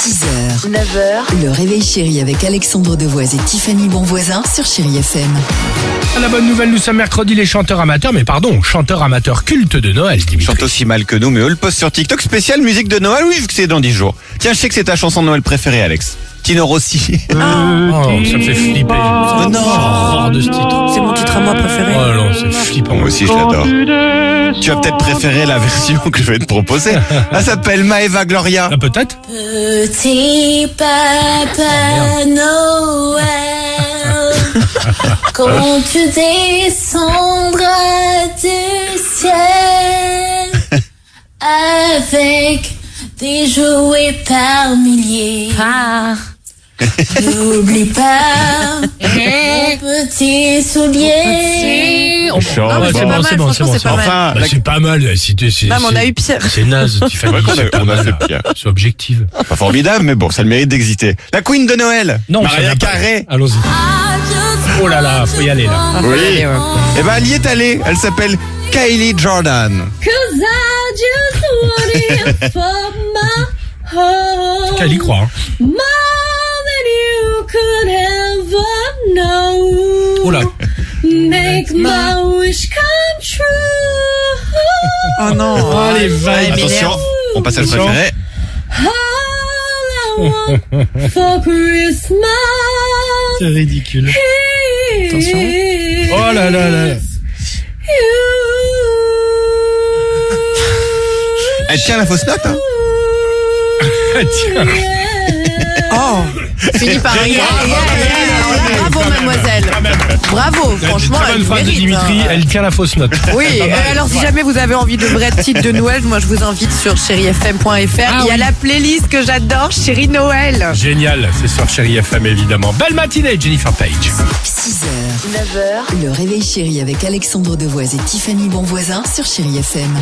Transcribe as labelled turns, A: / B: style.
A: 6h, 9h, le réveil chéri avec Alexandre Devoise et Tiffany Bonvoisin sur Chéri FM.
B: Ah, La bonne nouvelle, nous sommes mercredi, les chanteurs amateurs, mais pardon, chanteurs amateurs cultes de Noël, Dimitri.
C: chante aussi mal que nous, mais on le poste sur TikTok spécial musique de Noël. Oui, vu que c'est dans 10 jours. Tiens, je sais que c'est ta chanson de Noël préférée, Alex. Tino Rossi.
B: Oh, ça me fait flipper.
C: Oh
B: J'ai
C: non.
B: horreur de ce titre.
D: C'est mon titre à moi préféré.
B: Oh non, c'est flippant.
C: Moi aussi, je l'adore. Tu as peut-être préféré la version que je vais te proposer. Elle s'appelle Maeva Gloria.
B: Ah, peut-être
E: Petit
B: Ah,
E: Papa Noël, quand tu descendras du ciel avec des jouets par milliers, n'oublie pas mon petit soulier.
B: Ah,
D: Non, mais c'est pas mal, franchement, c'est pas mal.
C: Enfin,
B: Bah,
C: la-
B: c'est pas mal. Si tu- c'est-
D: Non, mais on
B: c'est-
D: a eu pire.
B: C'est naze, Tiffany.
C: Ouais, qu'on a-
B: c'est pas
C: on a
B: mal.
C: fait pire.
B: C'est objectif.
C: pas formidable, mais bon, ça le mérite d'exister. La Queen de Noël.
B: ça n'a
C: Maria
B: pas-
C: Carré.
B: Allons-y.
E: Ah,
D: Ah,
B: Oh là là, faut y aller, là.
C: Oui. Eh ben, elle y est allée. Elle s'appelle Kylie Jordan.
E: Cause I just want it for my home.
B: Qu'elle y croit. hein.
E: More than you could ever know.
B: Oh là.
E: Make my wish come true.
D: Oh non.
B: Oh, les vagues.
D: mais
C: Attention, mon passage
B: Attention.
C: préféré.
E: All I want for Christmas
B: C'est ridicule.
D: Attention.
E: is
B: Oh là là là.
E: you.
C: Elle tient la fausse note. hein.
B: Tiens.
D: Oh. Fini par rien. Bravo, mademoiselle. Bravo, franchement,
B: Très
D: elle
B: bonne phrase de
D: mérite,
B: Dimitri,
D: hein.
B: elle tient la fausse note.
D: Oui, euh, alors si jamais vous avez envie de vrais titres de Noël, moi je vous invite sur chérifm.fr.
B: Ah
D: Il y a la playlist que j'adore, Chéri Noël.
B: Génial, c'est sur Chéri FM évidemment. Belle matinée, Jennifer Page.
A: 6h, 9h, le réveil chéri avec Alexandre Devoise et Tiffany Bonvoisin sur Chéri FM.